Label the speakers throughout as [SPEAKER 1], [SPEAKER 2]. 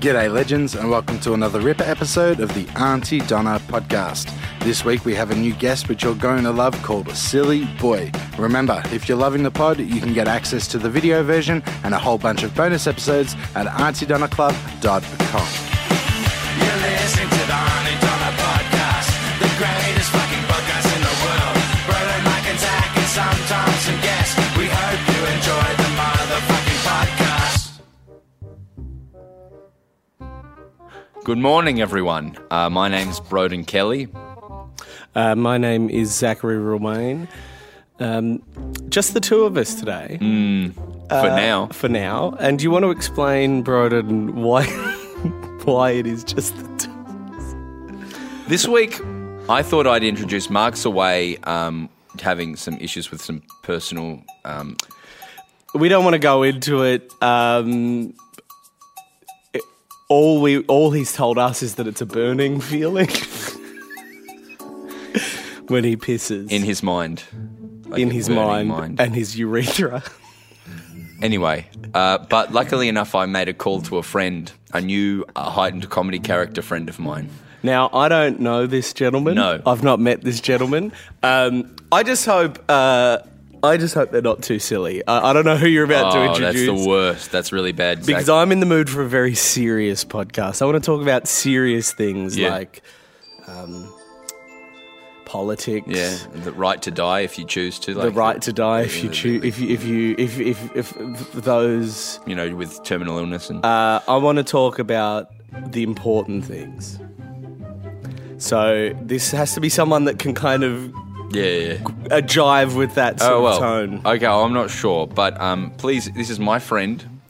[SPEAKER 1] G'day, legends, and welcome to another Ripper episode of the Auntie Donna podcast. This week we have a new guest which you're going to love called Silly Boy. Remember, if you're loving the pod, you can get access to the video version and a whole bunch of bonus episodes at auntiedonnaclub.com.
[SPEAKER 2] You're listening to the Honey Donna podcast, the greatest fucking podcast in the world. Brennan McIntack and Sam Thompson, yes, we hope you enjoy the motherfucking podcast.
[SPEAKER 3] Good morning, everyone. Uh, my name's Broden Kelly.
[SPEAKER 4] Uh, my name is Zachary Romaine. Um, just the two of us today
[SPEAKER 3] For now,
[SPEAKER 4] Uh, for now. And do you want to explain, Broden, why why it is just the two?
[SPEAKER 3] this week, I thought I'd introduce Mark's away, um, having some issues with some personal. Um,
[SPEAKER 4] We don't want to go into it. Um, it- all we all he's told us is that it's a burning feeling when he pisses
[SPEAKER 3] in his mind, Like
[SPEAKER 4] in
[SPEAKER 3] a
[SPEAKER 4] his
[SPEAKER 3] burning
[SPEAKER 4] mind, and his urethra.
[SPEAKER 3] Anyway, uh, but luckily enough, I made a call to a friend, a new uh, heightened comedy character friend of mine.
[SPEAKER 4] Now, I don't know this gentleman.
[SPEAKER 3] No.
[SPEAKER 4] I've not met this gentleman. Um, I just hope. Uh, I just hope they're not too silly. I, I don't know who you're about to
[SPEAKER 3] oh, that's
[SPEAKER 4] introduce.
[SPEAKER 3] the worst. That's really bad. Zach.
[SPEAKER 4] because I'm in the mood for a very serious podcast. I want to talk about serious things
[SPEAKER 3] Yeah.
[SPEAKER 4] like um, politics.
[SPEAKER 3] yeah, the right to die if you choose to.
[SPEAKER 4] The
[SPEAKER 3] Like,
[SPEAKER 4] right to die if you choose, if you, if you, if, if, if, if those.
[SPEAKER 3] You know, with terminal illness and
[SPEAKER 4] Uh, I want to talk about the important things. So this has to be someone that can kind of
[SPEAKER 3] yeah, yeah. yeah.
[SPEAKER 4] a jive with that sort
[SPEAKER 3] Oh well.
[SPEAKER 4] of tone.
[SPEAKER 3] Okay, well, I'm not sure, but um, please, this is my friend.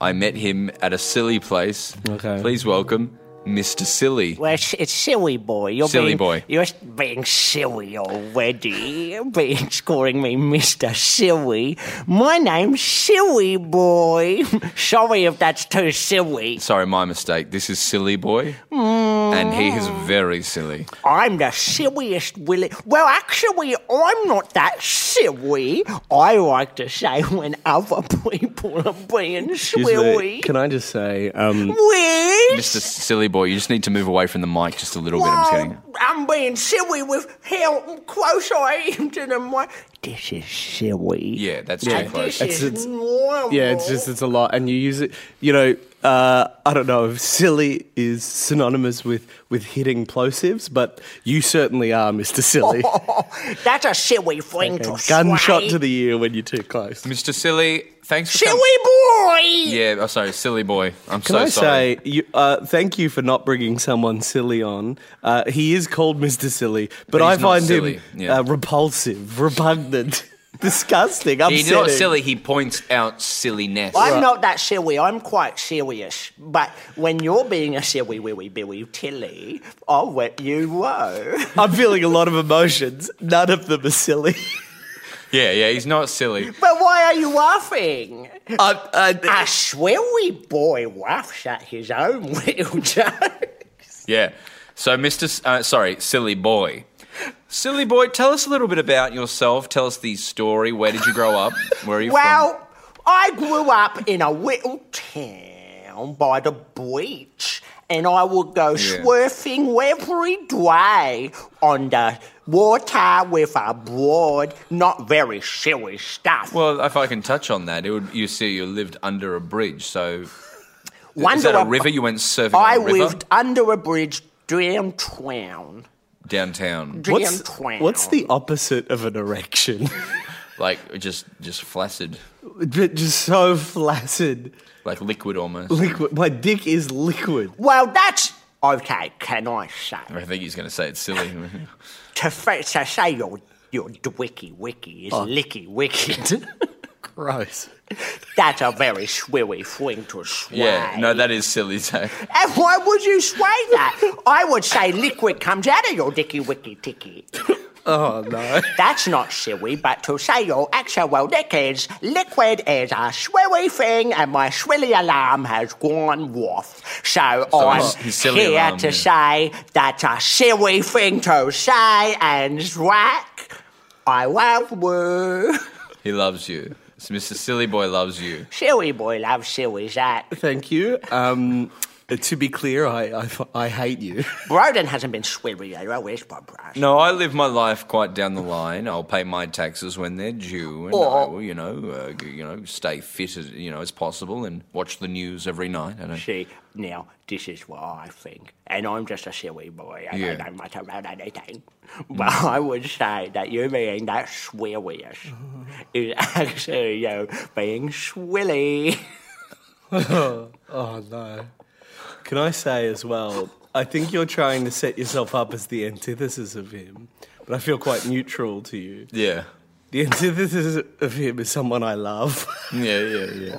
[SPEAKER 3] I met him at a silly place.
[SPEAKER 4] Okay.
[SPEAKER 3] Please welcome Mr. Silly.
[SPEAKER 5] Well, it's, it's silly boy. You're
[SPEAKER 3] Silly
[SPEAKER 5] being,
[SPEAKER 3] boy.
[SPEAKER 5] You're being silly already. You're being calling me Mister Silly. My name's Silly Boy. Sorry if that's too silly.
[SPEAKER 3] Sorry, my mistake. This is Silly Boy, and he is very silly.
[SPEAKER 5] I'm the silliest Willy. Well, actually, I'm not that silly. I like to say when other people are being
[SPEAKER 4] Excuse me,
[SPEAKER 5] silly.
[SPEAKER 4] Can I just say, um,
[SPEAKER 5] Whiz?
[SPEAKER 3] Mr. Silly Boy, you just need to move away from the mic just a little bit. I'm just kidding.
[SPEAKER 5] Well, I'm being silly with how close I am to the mic. This is silly.
[SPEAKER 3] Yeah, that's too
[SPEAKER 5] And
[SPEAKER 3] close.
[SPEAKER 5] this
[SPEAKER 4] It's-
[SPEAKER 5] is
[SPEAKER 4] it's-
[SPEAKER 5] normal.
[SPEAKER 4] yeah, it's just it's a lot, and you use it. You know, uh, I don't know if silly is synonymous with with hitting plosives, but you certainly are, Mister Silly.
[SPEAKER 5] That's a silly thing
[SPEAKER 4] A
[SPEAKER 5] to
[SPEAKER 4] Gunshot
[SPEAKER 5] say.
[SPEAKER 4] to the ear when you're too close. Can
[SPEAKER 3] Mr. Silly, thanks for
[SPEAKER 5] silly
[SPEAKER 3] coming.
[SPEAKER 5] boy.
[SPEAKER 3] Yeah, oh, sorry, Silly Boy. I'm so
[SPEAKER 4] I
[SPEAKER 3] sorry.
[SPEAKER 4] say, you, uh, thank you for not bringing someone silly on. Uh, he is called Mister Silly, but, I
[SPEAKER 3] he's not
[SPEAKER 4] find
[SPEAKER 3] silly,
[SPEAKER 4] him
[SPEAKER 3] yeah.
[SPEAKER 4] uh, repulsive, repugnant, disgusting, upsetting.
[SPEAKER 3] He's not silly. He points out silliness.
[SPEAKER 5] I'm not that silly. I'm quite serious. But when you're being a silly, willy, billy, tilly, I'll let you know.
[SPEAKER 4] I'm feeling a lot of emotions. None of them are silly.
[SPEAKER 3] Yeah, yeah, he's not silly.
[SPEAKER 5] But why are you laughing?
[SPEAKER 4] I,
[SPEAKER 5] A
[SPEAKER 4] I,
[SPEAKER 5] swilly boy laughs at his own little joke.
[SPEAKER 3] Yeah. So, Mr. S- Uh, sorry, Silly Boy. Silly Boy, tell us a little bit about yourself. Tell us the story. Where did you grow up? Where are you from?
[SPEAKER 5] Well, I grew up in a little town by the beach, and I would go surfing every day on the water with a board. Not very silly stuff.
[SPEAKER 3] Well, if I can touch on that, it would, you see, you lived under a bridge. So,
[SPEAKER 5] Wonder
[SPEAKER 3] is that a
[SPEAKER 5] what-
[SPEAKER 3] river? You went surfing
[SPEAKER 5] I
[SPEAKER 3] on a river
[SPEAKER 5] lived under a bridge downtown.
[SPEAKER 3] downtown,
[SPEAKER 4] what's,
[SPEAKER 5] Downtown.
[SPEAKER 4] what's the opposite of an erection?
[SPEAKER 3] like just just flaccid,
[SPEAKER 4] But just so flaccid.
[SPEAKER 3] like liquid almost.
[SPEAKER 4] Liquid. My dick is liquid.
[SPEAKER 5] Well, that's okay. Can I say?
[SPEAKER 3] I think he's going to say it's silly.
[SPEAKER 5] to, fa- to say your your dwicky wicky is
[SPEAKER 3] Oh.
[SPEAKER 5] licky wicked.
[SPEAKER 4] Gross.
[SPEAKER 5] That's a very swilly thing to sway.
[SPEAKER 3] yeah, no, that is silly. Zach.
[SPEAKER 5] And why would you sway that? I would say liquid comes out of your dicky wicky ticky.
[SPEAKER 4] Oh, no.
[SPEAKER 5] That's not silly, but to say your actual dick is liquid is a swilly thing, and my swilly alarm has gone off. So, I'm
[SPEAKER 3] his- his silly
[SPEAKER 5] here
[SPEAKER 3] alarm,
[SPEAKER 5] to
[SPEAKER 3] yeah.
[SPEAKER 5] say that's a silly thing to say, and Zach, I love you.
[SPEAKER 3] He loves you. So Mr. Silly Boy loves you.
[SPEAKER 5] Silly boy loves silly Zach.
[SPEAKER 4] Thank you. Um, To be clear, I, I, I hate you.
[SPEAKER 5] Broden hasn't been swearing at us, Bob
[SPEAKER 3] No, I live my life quite down the line. I'll pay my taxes when they're due, and I
[SPEAKER 5] Aw.
[SPEAKER 3] will, you know, uh, g- you know, stay fit as you know as possible, and watch the news every night. I don't.
[SPEAKER 5] See, now, this is what I think. And I'm just a silly boy. I
[SPEAKER 3] Yeah.
[SPEAKER 5] don't know much about anything. But I would say that you being that swilliest
[SPEAKER 3] Mm-hmm.
[SPEAKER 5] is actually you being swilly.
[SPEAKER 4] Oh, no. Can I say as well, I think you're trying to set yourself up as the antithesis of him, but I feel quite neutral to you.
[SPEAKER 3] Yeah,
[SPEAKER 4] The antithesis of him is someone I love.
[SPEAKER 3] yeah, yeah, yeah,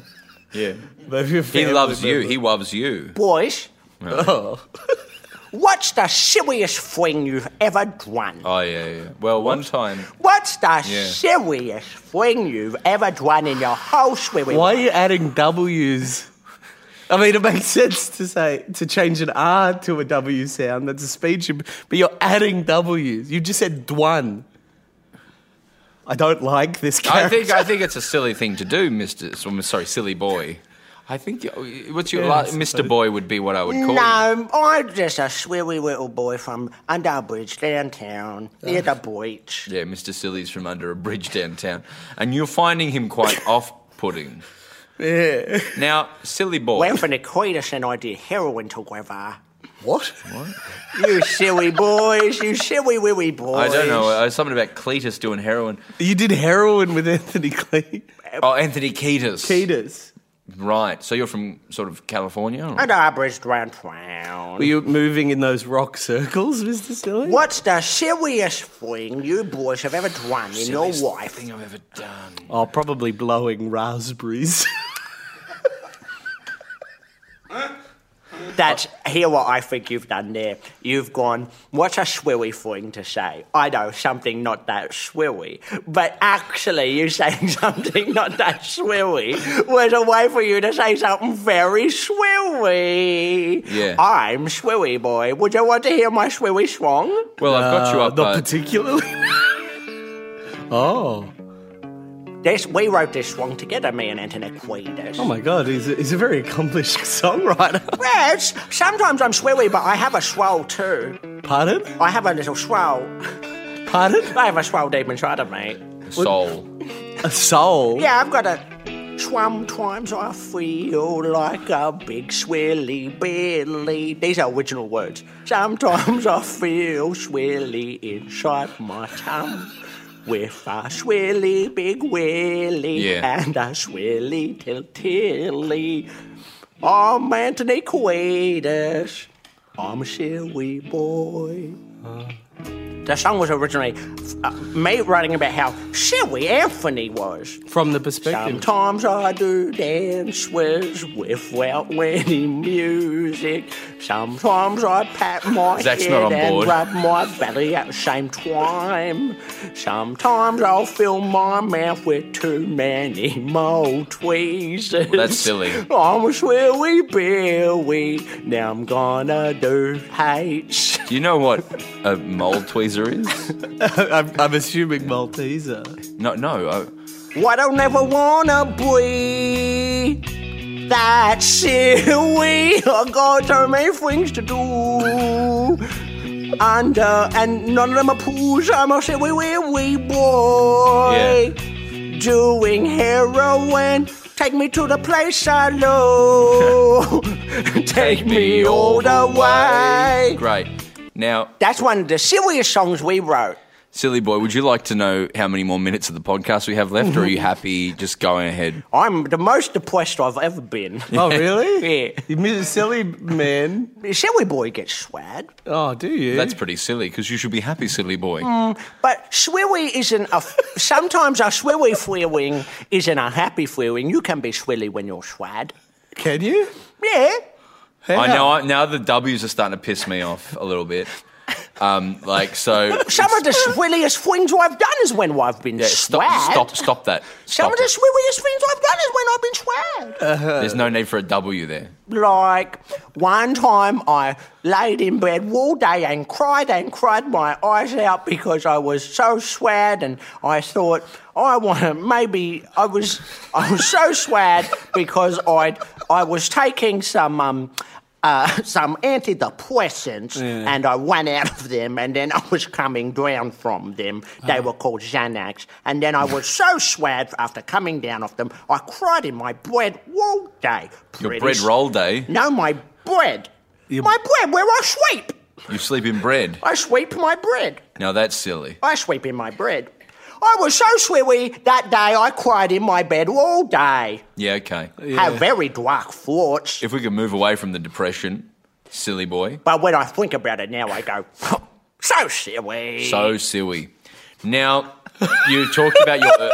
[SPEAKER 3] yeah.
[SPEAKER 4] But if your
[SPEAKER 3] He
[SPEAKER 4] family
[SPEAKER 3] loves you.
[SPEAKER 4] member-
[SPEAKER 3] He loves you.
[SPEAKER 5] Boys,
[SPEAKER 4] Oh.
[SPEAKER 5] what's the silliest thing you've ever done?
[SPEAKER 3] Oh yeah, yeah. Well, one time.
[SPEAKER 5] What's the
[SPEAKER 3] Yeah.
[SPEAKER 5] silliest thing you've ever done in your whole swilly
[SPEAKER 4] Why are
[SPEAKER 5] life?
[SPEAKER 4] you adding W's? I mean, it makes sense to say to change an R to a W sound. That's a speech, but you're adding W's. You just said Dwan. I don't like this
[SPEAKER 3] I
[SPEAKER 4] character.
[SPEAKER 3] think I think it's a silly thing to do, Mister. I'm sorry, silly boy. I think you- what's your
[SPEAKER 4] Yeah,
[SPEAKER 3] la-
[SPEAKER 4] I
[SPEAKER 3] Mister
[SPEAKER 4] suppose.
[SPEAKER 3] Boy would be what I would call you.
[SPEAKER 5] No, I'm just a swilly little boy from under a bridge downtown near the beach.
[SPEAKER 3] Yeah, Mister Silly's from under a bridge downtown, and you're finding him quite off-putting.
[SPEAKER 4] Yeah.
[SPEAKER 3] Now, silly boy.
[SPEAKER 5] Went for Nicoletus and I did heroin together.
[SPEAKER 4] What?
[SPEAKER 5] You silly boys, you silly willy boys.
[SPEAKER 3] I don't know. Uh, something about Cletus doing heroin.
[SPEAKER 4] You did heroin with Anthony Cle-
[SPEAKER 3] Oh, Anthony Ketus.
[SPEAKER 4] Peters.
[SPEAKER 3] Right. So you're from sort of California? or-
[SPEAKER 5] Under a bridge downtown.
[SPEAKER 4] Were you moving in those rock circles, Mr. Silly?
[SPEAKER 5] What's the silliest thing you boys have ever done in your
[SPEAKER 3] Silliest
[SPEAKER 5] life?
[SPEAKER 3] Thing I've ever done.
[SPEAKER 4] Oh, probably blowing raspberries.
[SPEAKER 5] That's here what I think you've done there. You've gone, what's a swilly thing to say? I know something not that swilly. But actually, you saying something not that swilly was a way for you to say something very swilly.
[SPEAKER 3] Yeah.
[SPEAKER 5] I'm swilly boy. Would you want to hear my swilly song?
[SPEAKER 3] Well, I've got you
[SPEAKER 4] Uh,
[SPEAKER 3] up.
[SPEAKER 4] not
[SPEAKER 3] uh,
[SPEAKER 4] particularly. oh.
[SPEAKER 5] This we wrote this song together, me and Anthony Quaidus.
[SPEAKER 4] Oh my god, he's a, he's a very accomplished songwriter.
[SPEAKER 5] Yes, sometimes I'm swilly, but I have a swell too.
[SPEAKER 4] Pardon?
[SPEAKER 5] I have a little swell.
[SPEAKER 4] Pardon?
[SPEAKER 5] I have a swell deep inside of me.
[SPEAKER 3] soul.
[SPEAKER 4] A soul?
[SPEAKER 5] Yeah, I've got a. Sometimes I feel like a big swilly billy. These are original words. Sometimes I feel swilly inside my tum. With a swilly big willy
[SPEAKER 3] Yeah.
[SPEAKER 5] and a swilly till tilly. I'm Anthony Quaidus. I'm a silly boy. The song was originally uh, me writing about how silly Anthony was.
[SPEAKER 4] From the perspective.
[SPEAKER 5] Sometimes I do dance with without any music. Sometimes I pat my
[SPEAKER 3] Zach's
[SPEAKER 5] head
[SPEAKER 3] not on
[SPEAKER 5] and
[SPEAKER 3] board.
[SPEAKER 5] rub my belly at the same time. Sometimes I'll fill my mouth with too many more tweezers.
[SPEAKER 3] that's silly.
[SPEAKER 5] I'm a swilly billy. Now I'm gonna do hates.
[SPEAKER 3] Do you know what a mole tweezer is?
[SPEAKER 4] I'm, I'm assuming Malteser.
[SPEAKER 3] No, no. Uh,
[SPEAKER 5] What I don't ever wanna be. That silly. I got so many things to do. And uh, and none of them are pools. I'm a silly wee wee boy. Doing heroin. Take me to the place I know. Take, me all the way.
[SPEAKER 3] Great. Now,
[SPEAKER 5] That's one of the silliest songs we wrote.
[SPEAKER 3] silly boy, would you like to know how many more minutes of the podcast we have left, or are you happy just going ahead?
[SPEAKER 5] I'm the most depressed I've ever been.
[SPEAKER 4] Oh, really?
[SPEAKER 5] Yeah.
[SPEAKER 4] You miss a silly man.
[SPEAKER 5] Silly boy gets swag.
[SPEAKER 4] Oh, do you?
[SPEAKER 3] That's pretty silly because you should be happy, silly boy.
[SPEAKER 5] Oh, But swilly isn't a. sometimes a swilly feeling isn't a happy feeling. You can be swilly when you're swad.
[SPEAKER 4] Can you?
[SPEAKER 5] Yeah.
[SPEAKER 3] I know. I, now the W's are starting to piss me off a little bit. Um, like so.
[SPEAKER 5] Some of the swilliest things I've done is when I've been
[SPEAKER 3] Yeah,
[SPEAKER 5] swag.
[SPEAKER 3] stop, stop, stop that.
[SPEAKER 5] Some
[SPEAKER 3] Stop
[SPEAKER 5] of the
[SPEAKER 3] it.
[SPEAKER 5] swilliest things I've done is when I've been swag.
[SPEAKER 3] There's no need for a W there.
[SPEAKER 5] Like one time I laid in bed all day and cried and cried my eyes out because I was so swad and I thought I want to maybe I was I was so swad because I I was taking some um uh, some antidepressants and I ran out of them and then I was coming down from them. They were called Xanax. And then I was so swag after coming down off them, I cried in my bread all day.
[SPEAKER 3] Your
[SPEAKER 5] Pretty
[SPEAKER 3] bread
[SPEAKER 5] s-
[SPEAKER 3] roll day.
[SPEAKER 5] No, my bread. My bread, where I sweep.
[SPEAKER 3] You sleep in bread.
[SPEAKER 5] I sweep my bread.
[SPEAKER 3] Now that's silly.
[SPEAKER 5] I sweep in my bread. I was so sweaty that day I cried in my bed all day.
[SPEAKER 3] Yeah, okay.
[SPEAKER 5] Have very dark thoughts.
[SPEAKER 3] If we could move away from the depression, silly boy.
[SPEAKER 5] But when I think about it now, I go, so silly.
[SPEAKER 3] So silly. Now you talked about your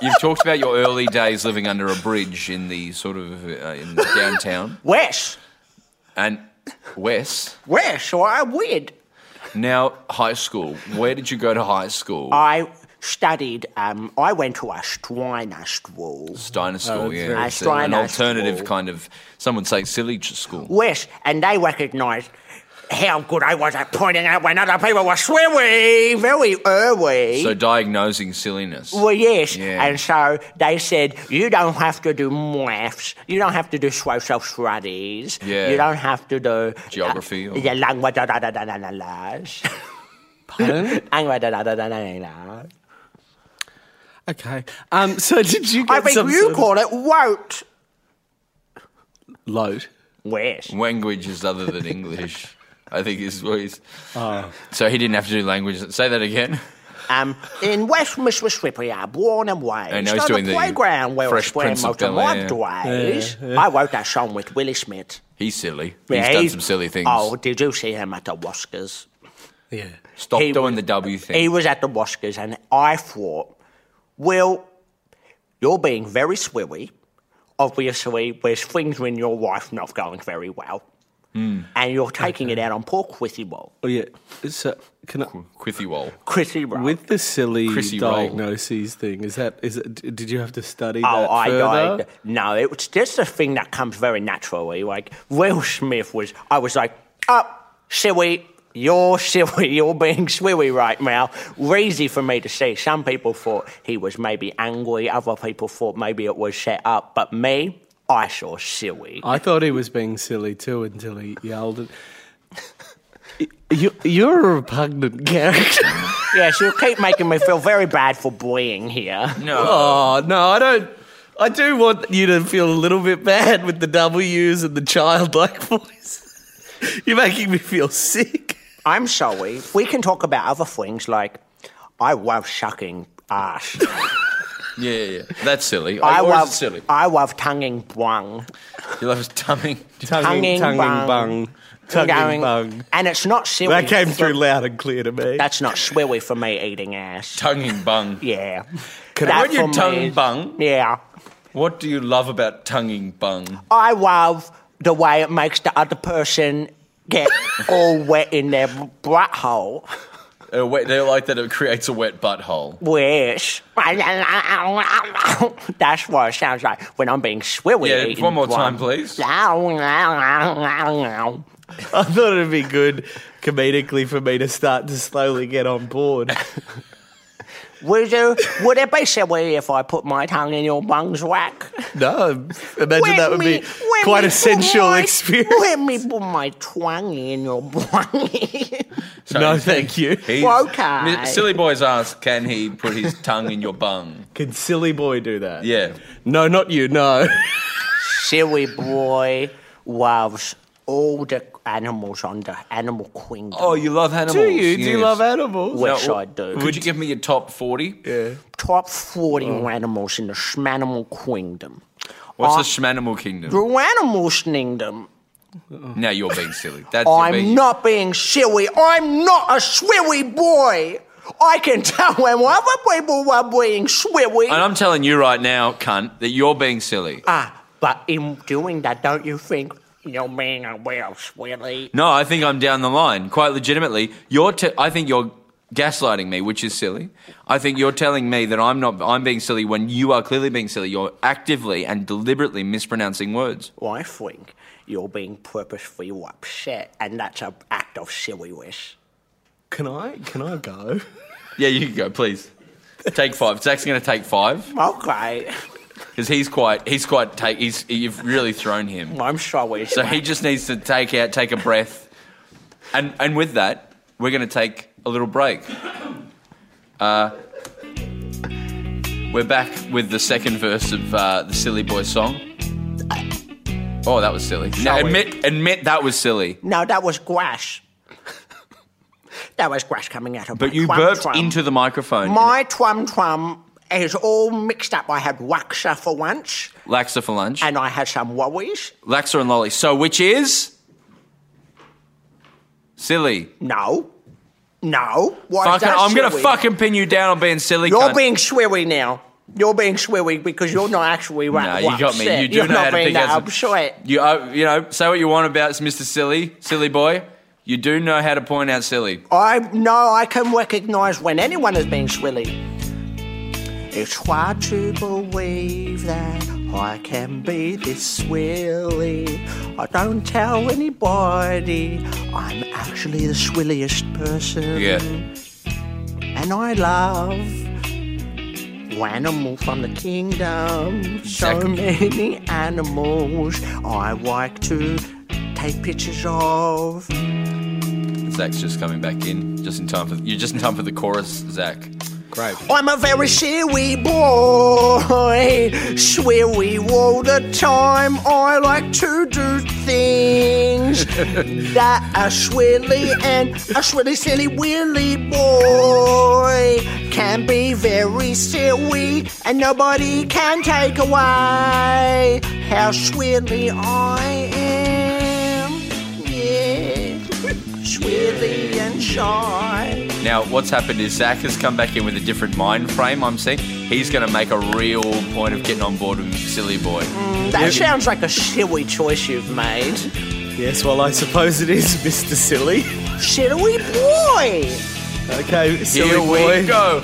[SPEAKER 3] you've talked about your early days living under a bridge in the sort of uh, in downtown
[SPEAKER 5] Wes,
[SPEAKER 3] and Wes.
[SPEAKER 5] Wes, I weird.
[SPEAKER 3] Now high school. Where did you go to high school?
[SPEAKER 5] I studied, um, I went to a Striner school.
[SPEAKER 3] Steiner school, yeah.
[SPEAKER 5] right.
[SPEAKER 3] It's a- an
[SPEAKER 5] Uh, Steiner
[SPEAKER 3] alternative
[SPEAKER 5] school.
[SPEAKER 3] kind of some would say silly ch- school.
[SPEAKER 5] Wes, and they recognised how good I was at pointing out when other people were sweary, very early.
[SPEAKER 3] So diagnosing silliness.
[SPEAKER 5] Well, yes.
[SPEAKER 3] Yeah.
[SPEAKER 5] And so they said, you don't have to do maths. You don't have to do social studies.
[SPEAKER 3] Yeah.
[SPEAKER 5] You don't have to do uh,
[SPEAKER 3] Geography or-
[SPEAKER 5] Yeah, language. da- da- da- da- da- da- la's. Language, da- da- da- da- da- da- la's.
[SPEAKER 4] Okay. Um, so did you get
[SPEAKER 5] I think
[SPEAKER 4] some
[SPEAKER 5] you
[SPEAKER 4] sort
[SPEAKER 5] call it wote.
[SPEAKER 4] of load?
[SPEAKER 5] Yes.
[SPEAKER 3] Language is other than English. I think is what he's.
[SPEAKER 5] Oh.
[SPEAKER 3] So he didn't have to do language. Say that again.
[SPEAKER 5] Um, in West Mississippi, I born and raised.
[SPEAKER 3] And now he's
[SPEAKER 5] on
[SPEAKER 3] doing
[SPEAKER 5] the
[SPEAKER 3] the
[SPEAKER 5] playground where
[SPEAKER 3] Fresh
[SPEAKER 5] I swam
[SPEAKER 3] Prince of
[SPEAKER 5] most of my
[SPEAKER 4] Bel-Air.
[SPEAKER 5] days.
[SPEAKER 4] Yeah, yeah.
[SPEAKER 5] I wrote that song with Willie Smith.
[SPEAKER 3] He's silly.
[SPEAKER 5] Yeah,
[SPEAKER 3] he's done some silly things.
[SPEAKER 5] Oh, did you see him at the Oscars?
[SPEAKER 4] Yeah.
[SPEAKER 3] Stop
[SPEAKER 5] he
[SPEAKER 3] doing the
[SPEAKER 5] was-
[SPEAKER 3] W thing.
[SPEAKER 5] He was at the Oscars, and I thought, well, you're being very swilly. Obviously, there's things in your life not going very well. And you're taking it out on poor Chrissy Roll.
[SPEAKER 4] Oh yeah. So can I,
[SPEAKER 3] Quithywall.
[SPEAKER 5] Chrissy Roll.
[SPEAKER 4] with the silly
[SPEAKER 3] Chrissy roll.
[SPEAKER 4] diagnoses thing? Is that is it, d- did you have to study
[SPEAKER 5] Oh,
[SPEAKER 4] that
[SPEAKER 5] I
[SPEAKER 4] further?
[SPEAKER 5] died. No, it was just a thing that comes very naturally. Like, Will Smith was, I was like, oh, silly, you're silly, you're being silly right now. Easy for me to see. Some people thought he was maybe angry, other people thought maybe it was set up, but me, I saw silly.
[SPEAKER 4] I thought he was being silly too until he yelled at. You, you're a repugnant character.
[SPEAKER 5] yes, you keep making me feel very bad for bullying here.
[SPEAKER 3] No.
[SPEAKER 4] Oh no, I don't. I do want you to feel a little bit bad with the W's and the childlike voice. You're making me feel sick.
[SPEAKER 5] I'm sorry. We can talk about other things like, I love sucking ass.
[SPEAKER 3] Yeah, yeah, yeah. That's silly.
[SPEAKER 5] I
[SPEAKER 3] I or
[SPEAKER 5] love
[SPEAKER 3] is it silly?
[SPEAKER 5] I love tonguing bung.
[SPEAKER 3] You love his tummy.
[SPEAKER 5] Tonguing bung.
[SPEAKER 4] Tonguing
[SPEAKER 5] Going-
[SPEAKER 4] bung.
[SPEAKER 5] And it's not silly.
[SPEAKER 4] That came through loud and clear to me.
[SPEAKER 5] That's not silly for me eating ass.
[SPEAKER 3] Tonguing bung.
[SPEAKER 5] Yeah.
[SPEAKER 3] When
[SPEAKER 5] That
[SPEAKER 3] you
[SPEAKER 5] for
[SPEAKER 3] tongue
[SPEAKER 5] me-
[SPEAKER 3] bung,
[SPEAKER 5] Yeah.
[SPEAKER 3] what do you love about tonguing bung?
[SPEAKER 5] I love the way it makes the other person get all wet in their butthole.
[SPEAKER 3] Uh, wet, they like that it creates a wet butthole.
[SPEAKER 5] Which that's what it sounds like when I'm being swilly.
[SPEAKER 3] Yeah,
[SPEAKER 5] eating
[SPEAKER 3] one more time,
[SPEAKER 5] bung.
[SPEAKER 3] please.
[SPEAKER 4] I thought it'd be good comedically for me to start to slowly get on board.
[SPEAKER 5] Would you? Would it be silly if I put my tongue in your bung's whack?
[SPEAKER 4] No, imagine that would be quite a sensual experience.
[SPEAKER 5] Let me put my twang in your bungie.
[SPEAKER 3] So
[SPEAKER 4] No,
[SPEAKER 3] he's-
[SPEAKER 4] thank you.
[SPEAKER 3] He's,
[SPEAKER 5] Okay.
[SPEAKER 3] Mi- Silly boy's asked, can he put his tongue in your bung?
[SPEAKER 4] Can silly boy do that?
[SPEAKER 3] Yeah.
[SPEAKER 4] No, not you. No.
[SPEAKER 5] Silly boy loves all the animals on the animal kingdom.
[SPEAKER 3] Oh, you love animals.
[SPEAKER 4] do you? Do you
[SPEAKER 3] yes.
[SPEAKER 4] love animals?
[SPEAKER 5] Wish
[SPEAKER 3] No,
[SPEAKER 5] I do.
[SPEAKER 3] Could you give me your top 40?
[SPEAKER 5] Top 40
[SPEAKER 4] Oh.
[SPEAKER 5] animals in the Schmanimal kingdom.
[SPEAKER 3] What's
[SPEAKER 5] I-
[SPEAKER 3] the Schmanimal Kingdom?
[SPEAKER 5] The animal kingdom.
[SPEAKER 3] now you're being silly. That's
[SPEAKER 5] I'm
[SPEAKER 3] being-
[SPEAKER 5] not being silly. I'm not a silly boy. I can tell when other people are being silly.
[SPEAKER 3] And I'm telling you right now, cunt, that you're being silly.
[SPEAKER 5] Ah, but in doing that, don't you think you're being a real silly?
[SPEAKER 3] No, I think I'm down the line, quite legitimately. You're, te- I think you're gaslighting me, which is silly. I think you're telling me that I'm not, I'm being silly when you are clearly being silly. You're actively and deliberately mispronouncing words.
[SPEAKER 5] I think you're being purposefully upset, and that's an act of silliness.
[SPEAKER 4] Can I? Can I go?
[SPEAKER 3] Yeah, you can go, please. Take five. Zach's going to take five.
[SPEAKER 5] Okay.
[SPEAKER 3] because he's quite he's quite take he's you've really thrown him.
[SPEAKER 5] I'm sure we
[SPEAKER 3] So he just needs to take out, take a breath, and and with that, we're going to take a little break. Uh, we're back with the second verse of uh, the Silly Boy song. Oh, that was silly. Now
[SPEAKER 5] Shall we?
[SPEAKER 3] admit admit that was silly.
[SPEAKER 5] No, that was grass. that was grass coming out of
[SPEAKER 3] But
[SPEAKER 5] my
[SPEAKER 3] you
[SPEAKER 5] twum
[SPEAKER 3] burped
[SPEAKER 5] twum.
[SPEAKER 3] into the microphone.
[SPEAKER 5] My twum twum is all mixed up. I had waxa for once,
[SPEAKER 3] Laxer for lunch.
[SPEAKER 5] and I had some worries.
[SPEAKER 3] Laxer and Lolly. So which is silly?
[SPEAKER 5] No. No. Why is
[SPEAKER 3] Fucking,
[SPEAKER 5] that
[SPEAKER 3] I'm gonna
[SPEAKER 5] silly?
[SPEAKER 3] fucking pin you down on being silly.
[SPEAKER 5] You're
[SPEAKER 3] cunt.
[SPEAKER 5] being sweary now. You're being sweary because you're not actually
[SPEAKER 3] No,
[SPEAKER 5] right.
[SPEAKER 3] you got me. You do
[SPEAKER 5] are
[SPEAKER 3] know
[SPEAKER 5] not
[SPEAKER 3] how to
[SPEAKER 5] being
[SPEAKER 3] pick
[SPEAKER 5] that
[SPEAKER 3] out some-
[SPEAKER 5] upset.
[SPEAKER 3] You, uh, you know, say what you want about Mr. Silly, silly boy. You do know how to point out silly.
[SPEAKER 5] I no, I can recognise when anyone is being silly. It's hard to believe that I can be this swilly. I don't tell anybody. I'm actually the swilliest person.
[SPEAKER 3] Yeah.
[SPEAKER 5] And I love Animal from the Kingdom. So
[SPEAKER 3] Exactly.
[SPEAKER 5] many animals I like to take pictures of.
[SPEAKER 3] Zach's just coming back in, just in time for you're just in time for the chorus, Zach.
[SPEAKER 4] Great.
[SPEAKER 5] I'm a very silly boy, sweary all the time. I like to do things that are swilly, and a swilly, silly, willy boy can be very silly, and nobody can take away how swilly I am. Yeah, swilly and shy.
[SPEAKER 3] Now, what's happened is Zach has come back in with a different mind frame. I'm seeing he's going to make a real point of getting on board with silly boy.
[SPEAKER 5] That sounds like a silly choice you've made.
[SPEAKER 4] Yes, well, I suppose it is, Mr. Silly.
[SPEAKER 5] Silly boy!
[SPEAKER 4] Okay, Silly
[SPEAKER 3] Here
[SPEAKER 4] boy.
[SPEAKER 3] we go.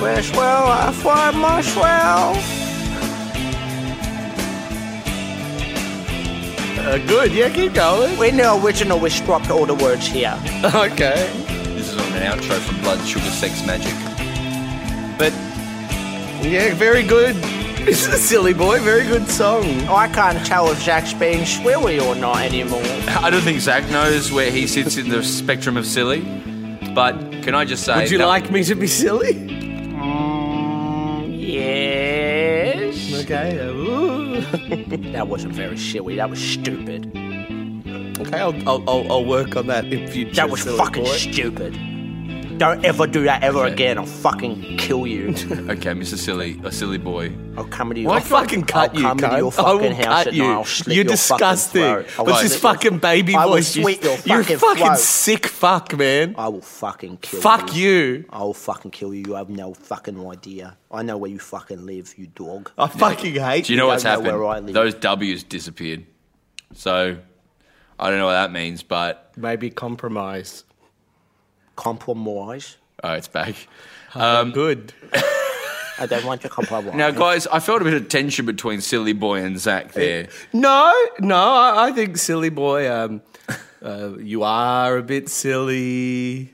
[SPEAKER 5] Where's where I find my swell?
[SPEAKER 4] Uh, good, yeah, keep going.
[SPEAKER 5] In the original, we dropped all the words here.
[SPEAKER 4] Okay.
[SPEAKER 3] This is on an outro from Blood Sugar Sex Magic.
[SPEAKER 4] But, yeah, very good. Mr. Silly boy, very good song.
[SPEAKER 5] Oh, I can't tell if Zach's being swilly or not anymore.
[SPEAKER 3] I don't think Zach knows where he sits in the spectrum of silly, but can I just say?
[SPEAKER 4] Would you
[SPEAKER 3] that-
[SPEAKER 4] like me to be silly?
[SPEAKER 5] Yes.
[SPEAKER 4] Okay. uh, ooh.
[SPEAKER 5] That wasn't very silly. That was stupid.
[SPEAKER 4] Okay, I'll, I'll, I'll, I'll work on that in future.
[SPEAKER 5] That was
[SPEAKER 4] Silly
[SPEAKER 5] fucking
[SPEAKER 4] boy.
[SPEAKER 5] stupid. Don't ever do that ever
[SPEAKER 3] Okay.
[SPEAKER 5] again. I'll fucking kill you.
[SPEAKER 3] Okay, Mr. Silly, a silly boy.
[SPEAKER 5] I'll come to you.
[SPEAKER 4] I'll fucking cut
[SPEAKER 5] I'll
[SPEAKER 4] you,
[SPEAKER 5] come
[SPEAKER 4] cunt.
[SPEAKER 5] to your
[SPEAKER 4] I
[SPEAKER 5] fucking
[SPEAKER 4] will
[SPEAKER 5] house
[SPEAKER 4] cut
[SPEAKER 5] and
[SPEAKER 4] you.
[SPEAKER 5] I'll slit
[SPEAKER 4] You're
[SPEAKER 5] your fucking
[SPEAKER 4] disgusting.
[SPEAKER 5] throat. I will
[SPEAKER 4] What's this
[SPEAKER 5] slit your-
[SPEAKER 4] fucking baby
[SPEAKER 5] I will
[SPEAKER 4] voice? you-
[SPEAKER 5] slit your
[SPEAKER 4] You're
[SPEAKER 5] fucking
[SPEAKER 4] a fucking
[SPEAKER 5] throat.
[SPEAKER 4] sick fuck, man.
[SPEAKER 5] I will fucking kill you.
[SPEAKER 4] Fuck you.
[SPEAKER 5] I will fucking kill you. You have no fucking idea. I know where you fucking live, you dog.
[SPEAKER 4] I fucking hate
[SPEAKER 3] Do you know what's
[SPEAKER 5] don't know
[SPEAKER 3] happened?
[SPEAKER 5] where I live.
[SPEAKER 3] Those W's disappeared. So I don't know what that means, but
[SPEAKER 4] Maybe compromise.
[SPEAKER 5] Compromise.
[SPEAKER 3] oh, it's back.
[SPEAKER 4] Good.
[SPEAKER 5] I don't want to compromise.
[SPEAKER 3] Now, guys, I felt a bit of tension between Silly Boy and
[SPEAKER 5] Eh,
[SPEAKER 3] Zach there.
[SPEAKER 4] No, no, I, I think silly boy, um, uh, you are a bit silly.